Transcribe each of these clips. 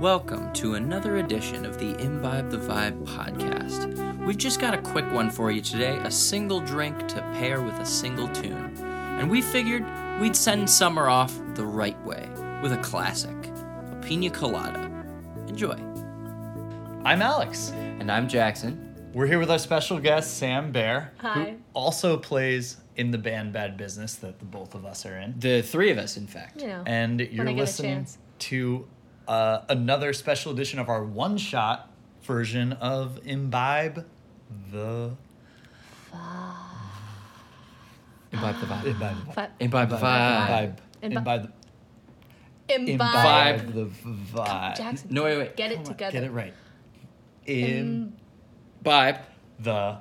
Welcome to another edition of the Imbibe the Vibe podcast. We've just got a quick one for you today a single drink to pair with a single tune. And we figured we'd send summer off the right way with a classic, a pina colada. Enjoy. I'm Alex. And I'm Jackson. We're here with our special guest, Sam Bear, Hi. who also plays in the band Bad Business that the both of us are in. The three of us, in fact. You know. And you're Oh, I get a listening chance. to uh, another special edition of our one shot version of Imbibe the. Imbibe the Vibe. Imbibe. But Imbibe the Vibe. Imbibe. Imbi- Imbibe. imbibe. Imbibe the vibe. Jackson. No, wait, wait. Get Come it on, together. Get it right. In Vibe. the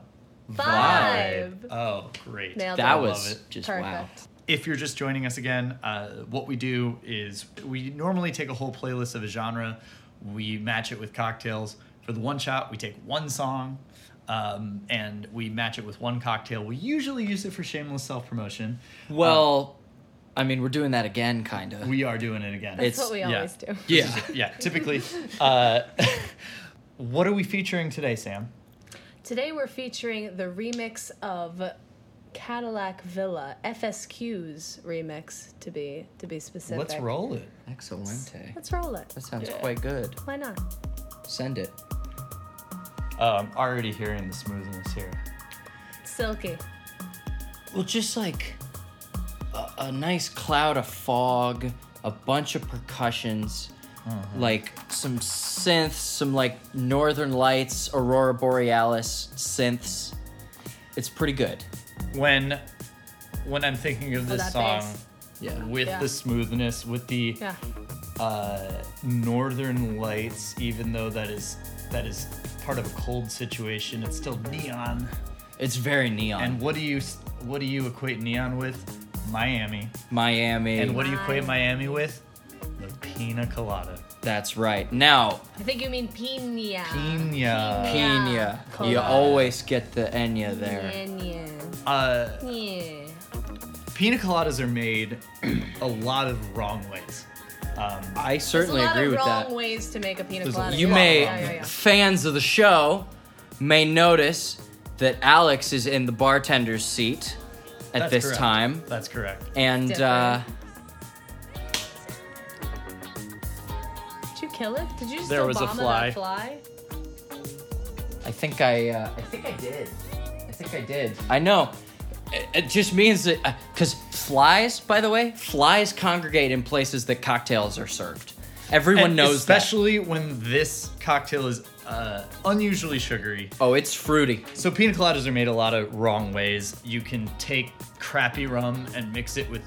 Vibe. vibe. Oh, great. Nailed That it. was love it. just Perfect. wow. If you're just joining us again, uh, what we do is we normally take a whole playlist of a genre, we match it with cocktails. For the one shot, we take one song um, and we match it with one cocktail. We usually use it for shameless self promotion. Well, I mean, we're doing that again, kind of. We are doing it again. That's It's- what we yeah. always do. Yeah. yeah, typically. Uh, what are we featuring today, Sam? Today we're featuring the remix of Cadillac Villa, FSQ's remix to be to be specific. Let's roll it. Excellente. Let's roll it. That sounds Yeah. quite good. Why not? Send it. Oh, I'm already hearing the smoothness here. Silky. Well, just like a, a nice cloud of fog, a bunch of percussions, like some synths, some like Northern Lights, Aurora Borealis synths. It's pretty good. When when I'm thinking of this Oh, that song bass. Yeah. with Yeah. the smoothness, with the Yeah. uh, northern lights even though that is that is part of a cold situation it's still neon It's very neon. and what do you what do you equate neon with miami Miami. and what do you equate miami with the pina colada That's right. Now, I think you mean pina. pina Pina. You Colada. always get the Enya there. Pina. uh, Pina. pina coladas are made a lot of wrong ways um, I certainly There's a lot agree of with wrong that. ways to make a pina There's a colada. You Yeah, may, yeah, yeah, yeah. fans of the show, may notice that Alex is in the bartender's seat at that's this correct. time. that's correct And, Different. uh, Did you kill it? Did you just There was a Obama fly. that fly? I think I, uh, I think I did. I think I did. I know. It, it just means that, because flies, by the way, flies congregate in places that cocktails are served. Everyone And knows that. especially when this cocktail is uh, unusually sugary Oh, it's fruity. So pina coladas are made a lot of wrong ways. You can take crappy rum and mix it with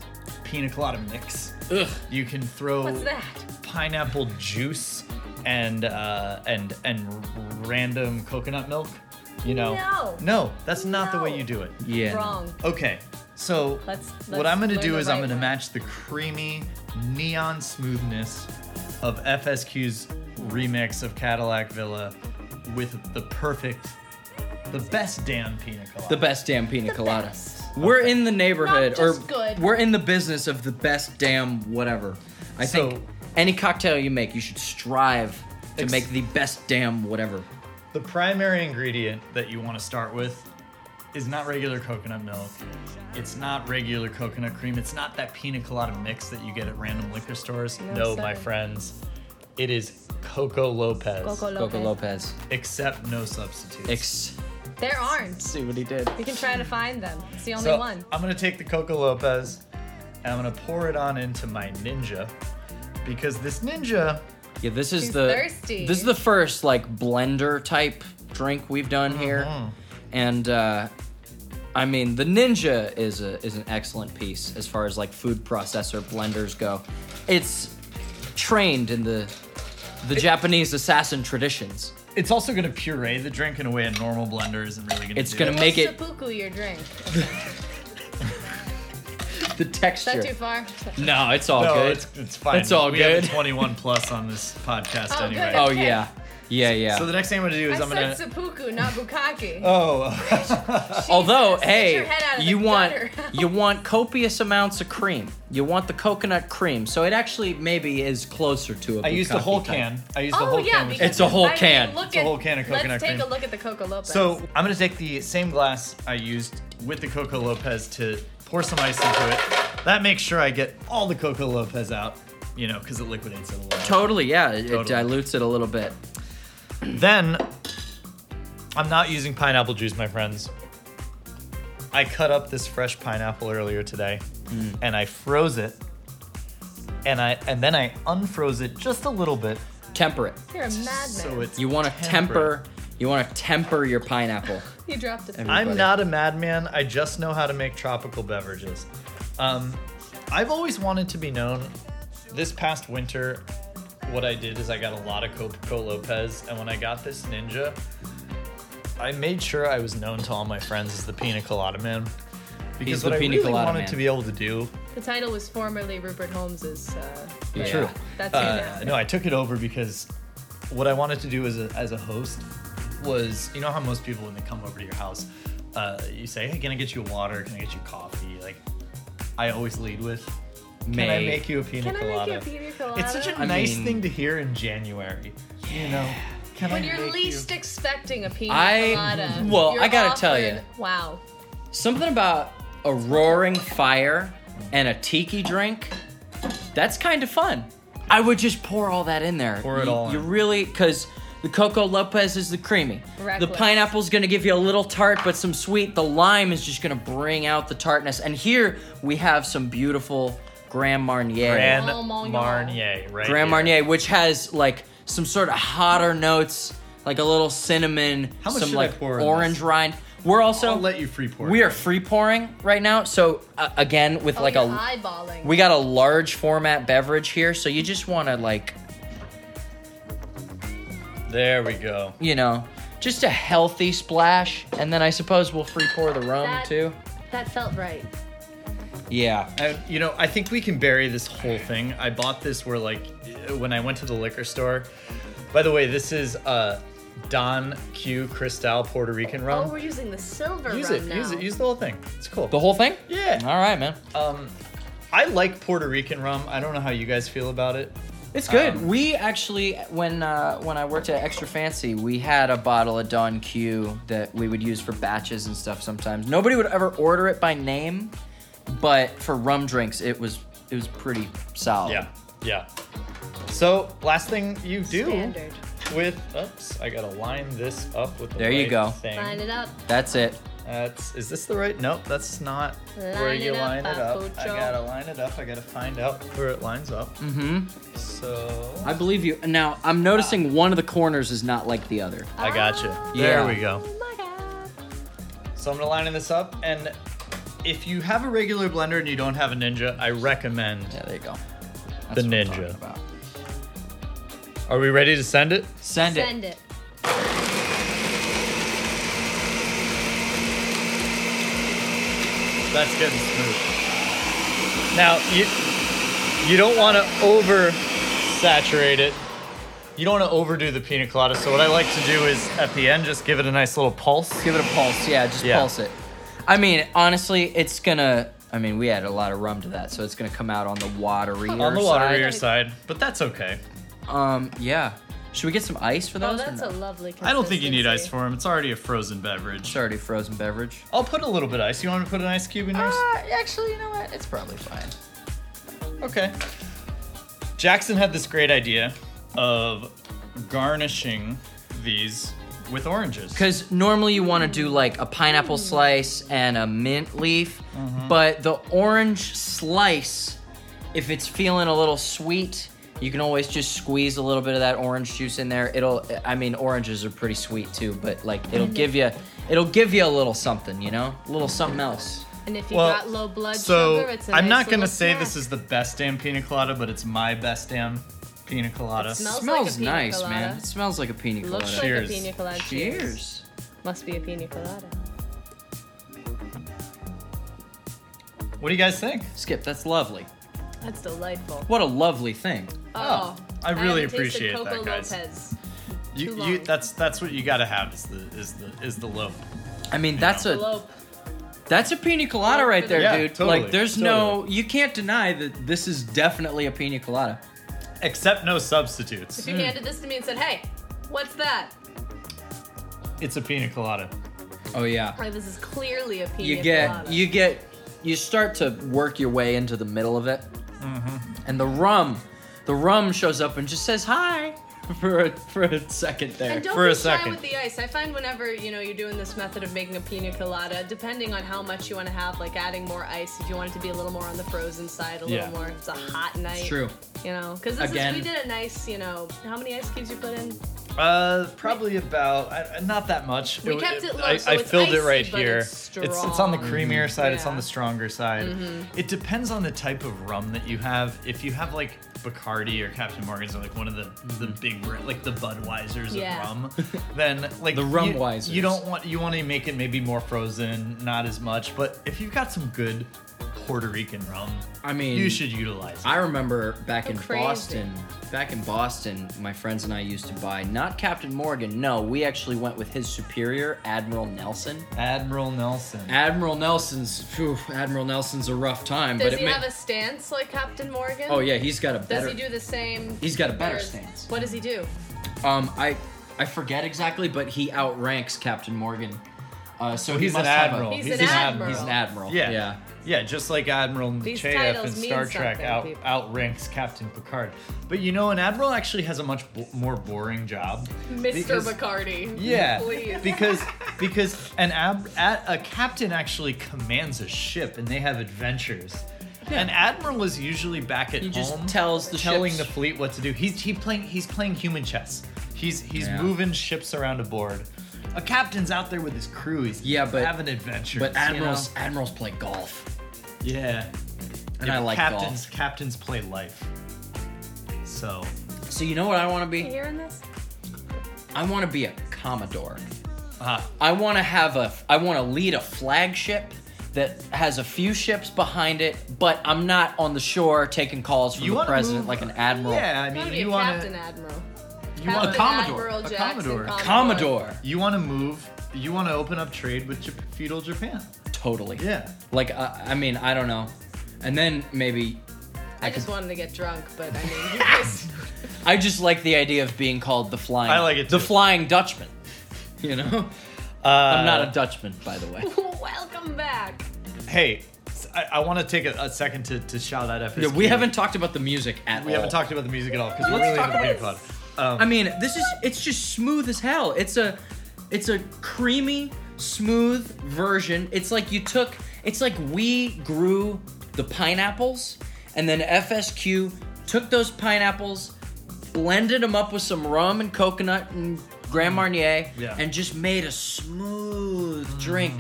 pina colada mix. Ugh. You can throw What's that? pineapple juice and uh, and and random coconut milk. You know? No. No, that's not the way No. you do it. Yeah. Wrong. Okay, so Let's- what let's I'm gonna learn do the is I'm right gonna way. match the creamy neon smoothness of FSQ's remix of Cadillac Villa with the perfect, the best damn pina colada. The best damn pina colada. best. We're in the neighborhood, Not or just good. we're in the business of the best damn whatever. I So- think any cocktail you make, you should strive to Ex- make the best damn whatever. The primary ingredient that you want to start with is not regular coconut milk. It's not regular coconut cream. It's not that pina colada mix that you get at random liquor stores. No, No, my sir. friends. It is Coco Lopez. Coco Lopez. Coco Lopez. Except no substitutes. Ex- There aren't. see what he did. We can try to find them. It's the only So, one. I'm gonna take the Coco Lopez and I'm gonna pour it on into my ninja because this ninja Yeah, this is She's the thirsty. this is the first like blender type drink we've done here, and uh, I mean the Ninja is a is an excellent piece as far as like food processor blenders go. It's trained in the the Japanese assassin traditions. it's also gonna puree the drink in a way a normal blender isn't really gonna It's do. gonna it. make Let's it seppuku your drink. Is the that texture. too far? No, it's all no, good. it's, it's fine. It's all we good. Have a 21 plus on this podcast Oh, anyway. good. oh yeah, Yeah, yeah. So the next thing I'm gonna do I is I am said gonna. seppuku, not bukkake. oh, Uh, Although, Jesus, get hey, your head out of you the want gutter. you want copious amounts of cream. You want the coconut cream, so it actually maybe is closer to a. I used the bukkake whole type. can. I used the Oh whole yeah, can. because It's a whole I mean, can. look It's a at- whole can of coconut Let's take cream. a look at the Coca Lopez. So I'm gonna take the same glass I used with the Coco Lopez to pour some ice into it. That makes sure I get all the Coco Lopez out, you know, because it liquidates it a little. Totally, yeah. It, Totally. it dilutes it a little bit. Then I'm not using pineapple juice, my friends. I cut up this fresh pineapple earlier today Mm. and I froze it. And I and then I unfroze it just a little bit. Temper it. you're a madman. So it's You want to temper. You want to temper your pineapple. you dropped it. Every- I'm everybody. not a madman. I just know how to make tropical beverages. Um, I've always wanted to be known. This past winter, what I did is I got a lot of Coco Lopez, and when I got this Ninja, I made sure I was known to all my friends as the Pina Colada Man. Because He's the what I Pina really Colada wanted Man. to be able to do. The title was formerly Rupert Holmes's. Uh, Yeah. but True. That's it Uh, now. no, I took it over because what I wanted to do as a, as a host was, you know how most people when they come over to your house, uh, you say, "Hey, can I get you water? Can I get you coffee?" Like, I always lead with, "Can I May- make you a pina Can I colada?" make you a pina colada? It's such a I nice mean- thing to hear in January. You know, can when I you're make least you? expecting a pina I- colada. well, you're I gotta tell offered- ya. Wow. Something about a roaring fire and a tiki drink. That's kind of fun. I would just pour all that in there. Pour it you, all You in. really because the Coco Lopez is the creamy. The Reckless. pineapple's gonna give you a little tart, but some sweet. The lime is just gonna bring out the tartness. And here we have some beautiful Grand Marnier. Grand Oh, Mignon. Marnier, right? Grand here. Marnier, which has like some sort of hotter notes, like a little cinnamon, How much some should I like pour in orange this? rind. We're also I'll let you free pour. we it. are free pouring right now. So uh, again, with Oh, like you're a eyeballing. we got a large format beverage here, so you just want to like There we go. you know just a healthy splash, and then I suppose we'll free pour the rum That- too. That felt right. Yeah. And you know, I think we can bury this whole thing. I bought this where like when I went to the liquor store. By the way, this is uh Don Q Cristal Puerto Rican Oh, rum. we're using the silver use rum it, now. use it, use the whole thing. It's cool. The whole thing? Yeah. All right, man. um I like Puerto Rican rum. I don't know how you guys feel about it. It's good. Um, we actually, when uh, when I worked at Extra Fancy, we had a bottle of Don Q that we would use for batches and stuff. Sometimes nobody would ever order it by name, but for rum drinks, it was it was pretty solid. Yeah. Yeah. So, last thing you do Standard. with oops, I got to line this up with the There you right go. thing. Line it up. that's it. That's is this the right? Nope, that's not where Line you it up, line it up. I Papucho. gotta line it up. I gotta find out where it lines up. hmm So I believe you. Now I'm noticing one of the corners is not like the other. I gotcha. Yeah. There we go. Oh my god. So I'm gonna line this up, and if you have a regular blender and you don't have a Ninja, I recommend. Yeah, there you go. That's what The I'm ninja. talking about. Are we ready to send it? Send, Send it. it. That's getting smooth. Now you you don't want to over saturate it. You don't want to overdo the pina colada. So what I like to do is at the end just give it a nice little pulse. Give it a pulse. Yeah, just Yeah. pulse it. I mean, honestly, it's gonna. I mean, we added a lot of rum to that, so it's gonna come out on the watery on the waterier side. side, but that's okay. Um, yeah. Should we get some ice for those? Oh, or that's no? a lovely. I don't think you need ice consistency. for them. It's already a frozen beverage. It's already frozen beverage. I'll put a little bit of ice. You want me to put an ice cube in yours? Uh, actually, you know what? It's probably fine. Ah. Okay. Jackson had this great idea of garnishing these with oranges. Because normally you want to do like a Mm. pineapple slice and a mint leaf, Mm-hmm. but the orange slice, if it's feeling a little sweet, you can always just squeeze a little bit of that orange juice in there. It'll, I mean, oranges are pretty sweet too, but like Mm-hmm. it'll give you, it'll give you a little something, you know, a little something else. And if you Well, got low blood so sugar, it's a I'm nice not gonna little say snack. this is the best damn pina colada, but it's my best damn pina colada. It smells- like a smells pina nice, colada. man. It smells like a pina colada. Looks Cheers. like a pina colada. Cheers. Must be a pina colada. What do you guys think? Skip, that's lovely. That's delightful. What a lovely thing. Oh, I really haven't tasted appreciate Coco that, guys. Lopez. You, Too you long. that's that's what you gotta have is the is the is the lobe. I mean, that's a Globe. That's a pina colada right there, Yeah, dude. totally, like, there's no, you can't deny that this is definitely a pina colada. Except no substitutes. If you handed this to me and said, "Hey, what's that?" It's a pina colada. Oh yeah. Like this is clearly a pina You get, colada. you get, you start to work your way into the middle of it, and the rum, the rum shows up and just says hi for a, for a second there. And don't for be a shy second. with the ice. I find whenever you know you're doing this method of making a pina colada, depending on how much you want to have, like adding more ice if you want it to be a little more on the frozen side, a Yeah. little more. It's a hot night. It's true. You know, because this Again. is we did a nice, you know, how many ice cubes you put in? Uh, probably about uh, not that much. We wa- kept it low, I, so I it's filled it icy, right but here. it's it's on the strong. creamier side. It's on Yeah. Mm-hmm. the stronger side. It depends on the type of rum that you have. If you have like Bacardi or Captain Morgan's or like one of the the big br- like the Budweisers Mm-hmm. Yeah. of rum, then like The you- Rumweisers. You don't want you want to make it maybe more frozen, not as much. But if you've got some good Puerto Rican rum, I mean, you should utilize it. I remember back Go in crazy. Boston, back in Boston, my friends and I used to buy not Captain Morgan. No, we actually went with his superior, Admiral Nelson. Admiral Nelson. Admiral Nelson's, phew, Admiral Nelson's a rough time, Does but it he ma- have a stance like Captain Morgan? Oh yeah, he's got a Does better. he do the same? He's got a better or- stance. What does he do? um, I I forget exactly, but he outranks Captain Morgan. Uh, so he He's an must have admiral. A, He's He's an an ad- admiral. He's an admiral. Yeah. Yeah. Yeah, just like Admiral These Cheyev in titles mean Star Trek something, out, people. outranks Captain Picard. But you know, an admiral actually has a much bo- more boring job. Mr. Because- Bacardi. Yeah, Please. because because an ab- a, a captain actually commands a ship and they have adventures. An admiral is usually back at He just home, tells the telling ships. the fleet what to do. He's he playing he's playing human chess. He's he's Yeah. moving ships around a board. A captain's out there with his crew. He's Yeah, but- having adventures. But you admirals know? admirals play golf, Yeah. and Yeah, I but like captains. golf. Captains play life. So So you know what I want to You be? hearing this? I want to be a commodore. ah, I want to have a. I want to lead a flagship that has a few ships behind it, but I'm not on the shore taking calls from You the wanna president move- like an admiral. yeah, I You want mean to be you a want Captain to Admiral. you want a Captain Commodore. Admiral A Jackson. Commodore. Commodore. you want to move you want to open up trade with Jap- feudal Japan. Totally. Yeah. Like I, I mean, I don't know. And then maybe I just wanted to get drunk, but I mean, you guys- I just like the idea of being called the flying. I like it The too. flying Dutchman. You know, Uh, I'm not a Dutchman, by the way. welcome back. Hey, s- I, want to take a, a second to, to shout out FSQ. Yeah, we haven't Oh. talked about the music at all. we haven't talked about the music at all because we Let's really talk haven't been about about. Um, I mean, this is it's just smooth as hell. It's a it's a creamy, smooth version. It's like you took it's like we grew the pineapples and then FSQ took those pineapples, blended them up with some rum and coconut and Grand Marnier Yeah. and just made a smooth drink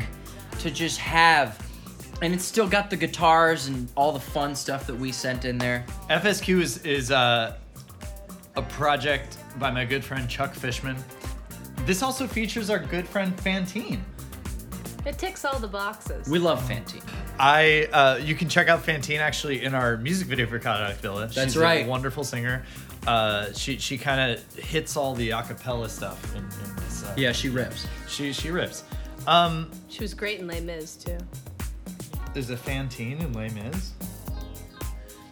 to just have and it's still got the guitars and all the fun stuff that we sent in there. FSQ is is uh, a project by my good friend Chuck Fishman. This also features our good friend Fantine. It ticks all the boxes. We love Fantine. I uh, you can check out Fantine actually in our music video for Cadillac Villa. That's She's right. A wonderful singer. Uh, she she kind of hits all the acapella stuff in, in this. Uh, Yeah, she rips. She she rips. Um, she was great in Les Mis too. there's a Fantine in Les Mis.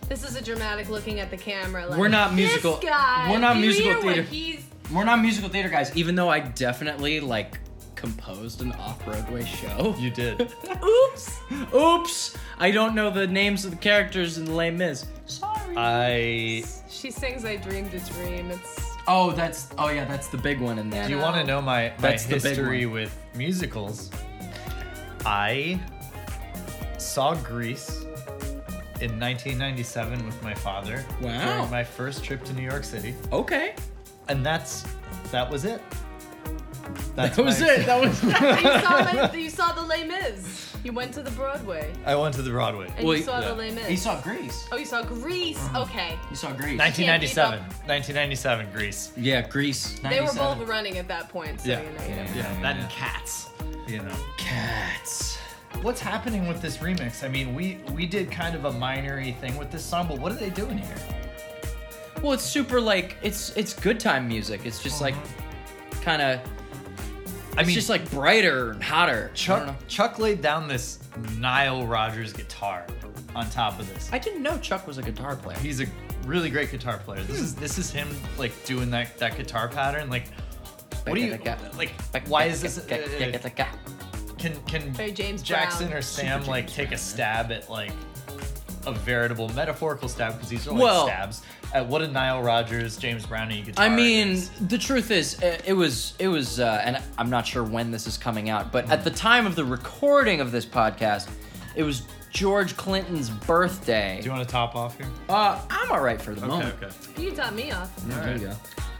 This is a dramatic looking at the camera. Like, We're not musical- This guy, we're not you musical hear what theater. he's- We're not musical theater guys, even though I definitely like composed an off-Broadway show. You did. Oops! Oops! I don't know the names of the characters in Les Mis. Sorry. Uh, I. She sings "I Dreamed a Dream." It's oh, that's oh yeah, that's the big one in there. Do you want to know my my That's the big history one. with musicals? I saw Grease in 1997 with my father Wow. during my first trip to New York City, Okay. and that's that was it. That's That was my- it. That was you saw, it- you saw the Les Mis. You went to the Broadway I went to the Broadway. and Well, you saw yeah. the Les Mis. He saw Mm-hmm. Grease. oh, you saw Grease. Okay, He saw Grease. 1997. 1997 Grease. yeah, Grease. they were 97. both running at that point. So Yeah. you know, you Yeah. know. that and Cats. You know. cats. What's happening with this remix? I mean, we we did kind of a minory thing with this song, but what are they doing here? Well, it's super like it's it's good time music. It's just like kind of I it's Uh-huh. mean, just like brighter and hotter. I, don't Chuck know. Chuck laid down this Nile Rodgers guitar on top of this. I didn't know Chuck was a guitar player. He's a really great guitar player. This Hmm. is this is him like doing that that guitar pattern. Like, what do you like? Why is this? uh, Can can Very James Jackson Brown. or Sam Super like James take Brown, a stab at like a veritable metaphorical stab because these are like Well- stabs at what a Nile Rodgers James Brownie guitar. I mean, is. the truth is, uh, it was it was, uh, and I'm not sure when this is coming out, but at the time of the recording of this podcast, it was George Clinton's birthday. do you want to top off here? Uh, I'm all right for the moment. You taught me off. Yeah, All there right. you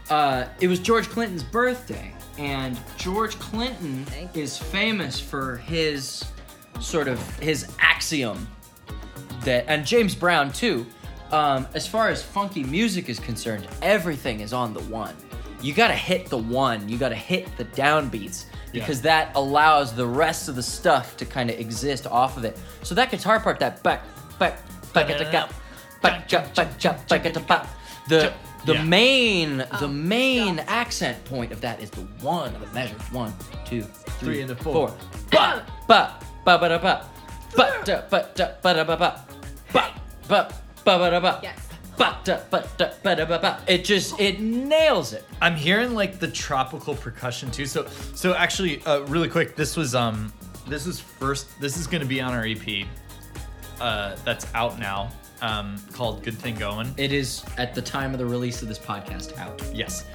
go. Uh, it was George Clinton's birthday, and George Clinton Thank you. is famous for his sort of his axiom that, and James Brown too. Um, as far as funky music is concerned, everything is on the one. You gotta hit the one. You gotta hit the downbeats because that allows the rest of the stuff to kind of exist off of it. So that guitar part, that back, back, back at the gap, back, jump, back, jump, back at the pop. The the Yeah. main the Um, main yeah. accent point of that is the one of the measure. One, two, three, Three and a four. Ba ba ba ba da ba. Ba da ba da ba da ba ba. Ba ba ba ba da ba. Yes. Ba da ba da ba da ba ba. It just it nails it. I'm hearing like the tropical percussion too. So so actually, uh, really quick, this was um this was first. This is gonna be on our EP. Uh, that's out now. Um, called Good Thing Going. It is at the time of the release of this podcast out. Yes.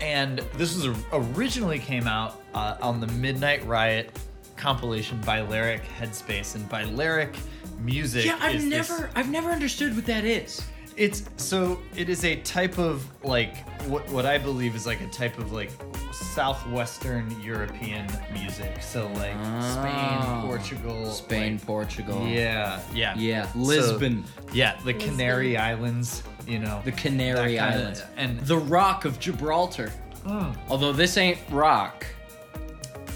And this was originally came out uh, on the Midnight Riot compilation by Lyric Headspace and by Lyric Music. Yeah, I've is this- never I've never understood what that is. it's so it is a type of like what what I believe is like a type of like southwestern European music. So like Oh. Spain, Portugal, Spain, Portugal. like- yeah, yeah, Yeah, So- Lisbon. yeah, the Canary Islands. You know, The Canary that kinda- Islands. and the Rock of Gibraltar. Mm. Although this ain't rock.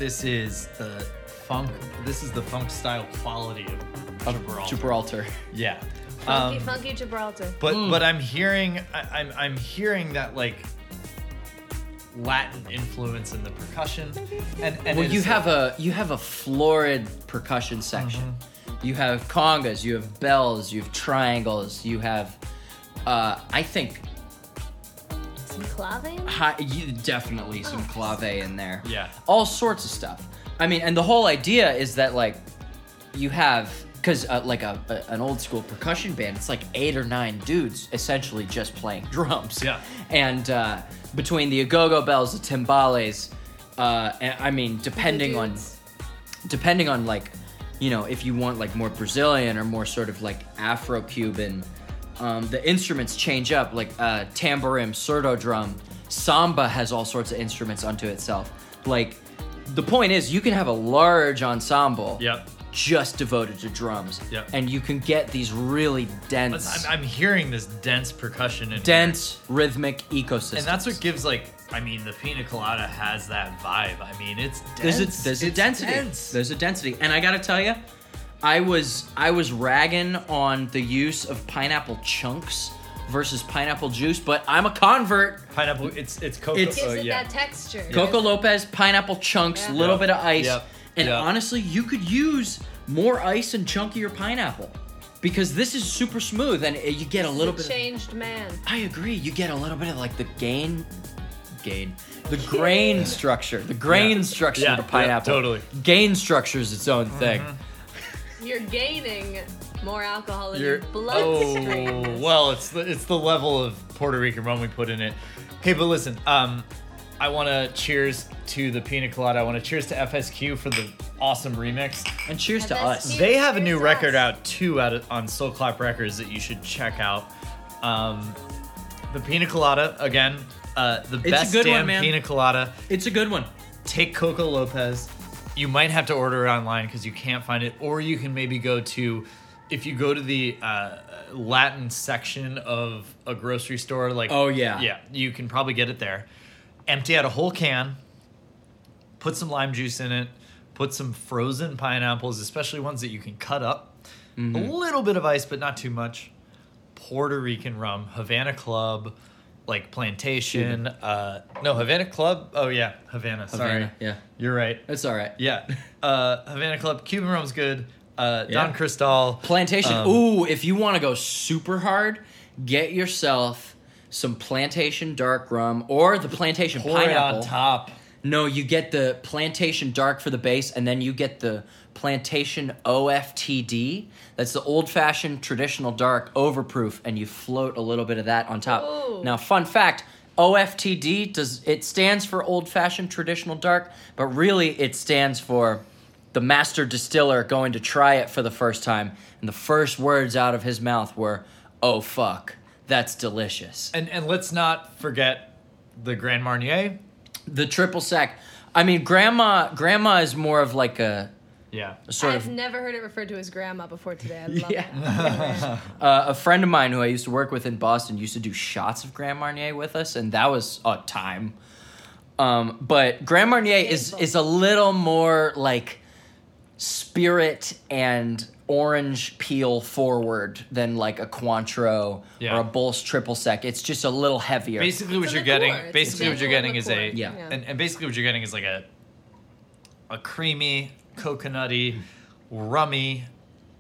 This is the funk. This is the funk style quality of, Of Gibraltar. Gibraltar. Yeah. Funky, Um, funky Gibraltar. but Mm. but I'm hearing I, I'm I'm hearing that like Latin influence in the percussion. And, and Well, it you is- have a you have a florid percussion section. Mm-hmm. You have congas, you have bells, you have triangles, you have. Uh, I think Some clavin. hi, you, definitely some clave in there. Yeah. all sorts of stuff. I mean, and the whole idea is that like you have because uh, like a, a an old school percussion band, it's like eight or nine dudes essentially just playing drums. Yeah. and uh, between the agogo bells, the timbales, uh, and, I mean, depending on dudes. depending on like you know if you want like more brazilian or more sort of like afro-cuban um, the instruments change up like uh, tamborim surdo drum samba has all sorts of instruments unto itself like the point is you can have a large ensemble Yep. just devoted to drums Yep. and you can get these really But dense I'm, I'm hearing this dense percussion in dense rhythmic ecosystems and that's what gives like I mean the pina colada has that vibe. I mean it's dense. There's a there's a It's density. dense. There's a density, and I gotta tell you, I was I was ragging on the use of pineapple chunks versus pineapple juice, but I'm a convert. pineapple. It's it's cocoa. It's- Gives uh, it yeah. that texture. Coco Lopez, pineapple chunks, Yeah. little Yep. bit of ice, Yep. and Yep. honestly, you could use more ice and chunkier pineapple because this is super smooth, and it- you get a little bit. of- Changed man. I agree. You get a little bit of like the gain, gain, the grain structure, the grain Yeah. structure Yeah, of the yeah, pineapple. totally. Gain structure is its own thing. You're gaining more alcohol in You're your bloodstream. Oh, well, it's the it's the level of Puerto Rican rum we put in it. Okay, but listen, um, I want to cheers to the pina colada. I want to cheers to FSQ for the awesome remix. And cheers to And that's us. huge. They have a new Cheers to record us. out too out of, on Soul Clap Records that you should check out. Um, the pina colada again, uh, the a best good one, damn man. pina colada. It's a good one. Take Coco Lopez. You might have to order it online because you can't find it, or you can maybe go to, if you go to the uh, Latin section of a grocery store, like Oh, yeah. yeah, you can probably get it there. Empty out a whole can. Put some lime juice in it. Put some frozen pineapples, especially ones that you can cut up. Mm-hmm. A little bit of ice, but not too much. Puerto Rican rum, Havana Club, like Plantation. Uh, no, Havana Club. Oh yeah, Havana. Sorry, Havana, yeah. you're right. It's all right. Yeah, uh, Havana Club. Cuban Rome's good. Uh, Yeah. Don Cristal. Plantation. Ooh, if you want to go super hard, get yourself some plantation dark rum or the plantation pour it pineapple. on top. No, you get the plantation dark for the base, and then you get the plantation OFTD. That's the old fashioned traditional dark overproof, and you float a little bit of that on top. Ooh. Now, fun fact. OFTD does it stands for old fashioned traditional dark, but really it stands for the master distiller going to try it for the first time, and the first words out of his mouth were, "Oh fuck, that's delicious." And and let's not forget the Grand Marnier. The triple sec. I mean, grandma. Grandma is more of like a Yeah. sort I've of never heard it referred to as grandma before today. I love Yeah. it. uh, a friend of mine who I used to work with in Boston used to do shots of Grand Marnier with us, and that was a time. Um, but Grand Marnier is is a little more like spirit and orange peel forward than like a Cointreau Yeah. or a Bolz triple sec. It's just a little heavier. Basically, what a you're liqueur. getting. It's a Basically, what you're genuine getting is a liqueur. Yeah. Yeah. And, and basically, what you're getting is like a a creamy, coconutty, rummy,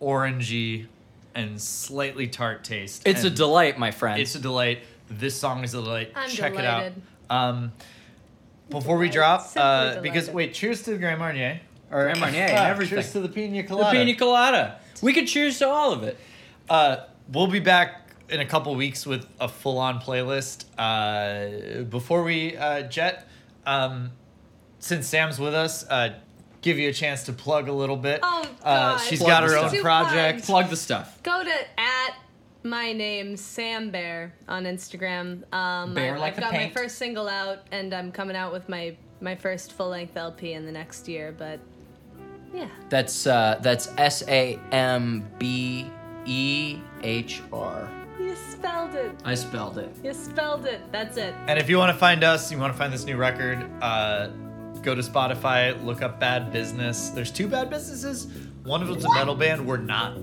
orangey, and slightly tart taste. it's a And delight, my friend. It's a delight. This song is a delight. I'm Check delighted. it out. Um, before we drop, Simply uh, because delighted. wait, cheers to the Grand Marnier. Or, Grand Marnier and Ah, everything. Cheers to the the Pina Colada. pina colada. We could cheers to all of it. Uh, we'll be back in a couple weeks with a full-on playlist. Uh, before we uh, jet, um, since Sam's with us, uh, give you a chance to plug a little bit. Oh, uh, God. she's Plug got the her own stuff. Too project. Plug the stuff. Go to at my name Sam Bear on Instagram. Um, Bear I, like I've a got paint. my first single out, and I'm coming out with my my first full length LP in the next year. But yeah, That's uh, that's S A M B E H R. you spelled it. I spelled it. You spelled it. That's it. And if you want to find us, you want to find this new record, uh, go to Spotify, look up Bad Business. There's two Bad Businesses. One of them's a metal band. We're not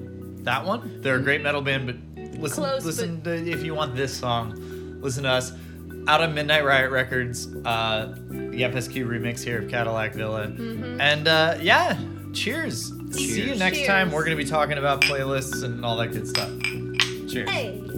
that one. They're a great metal band, but listen, Close, listen to, if you want this song, listen to us. Out of Midnight Riot Records, uh, the FSQ remix here of Cadillac Villa. And uh, yeah, cheers. See you Cheers. next time. Mm-hmm. Cheers. We're going to be talking about playlists and all that good stuff. Cheers. Hey.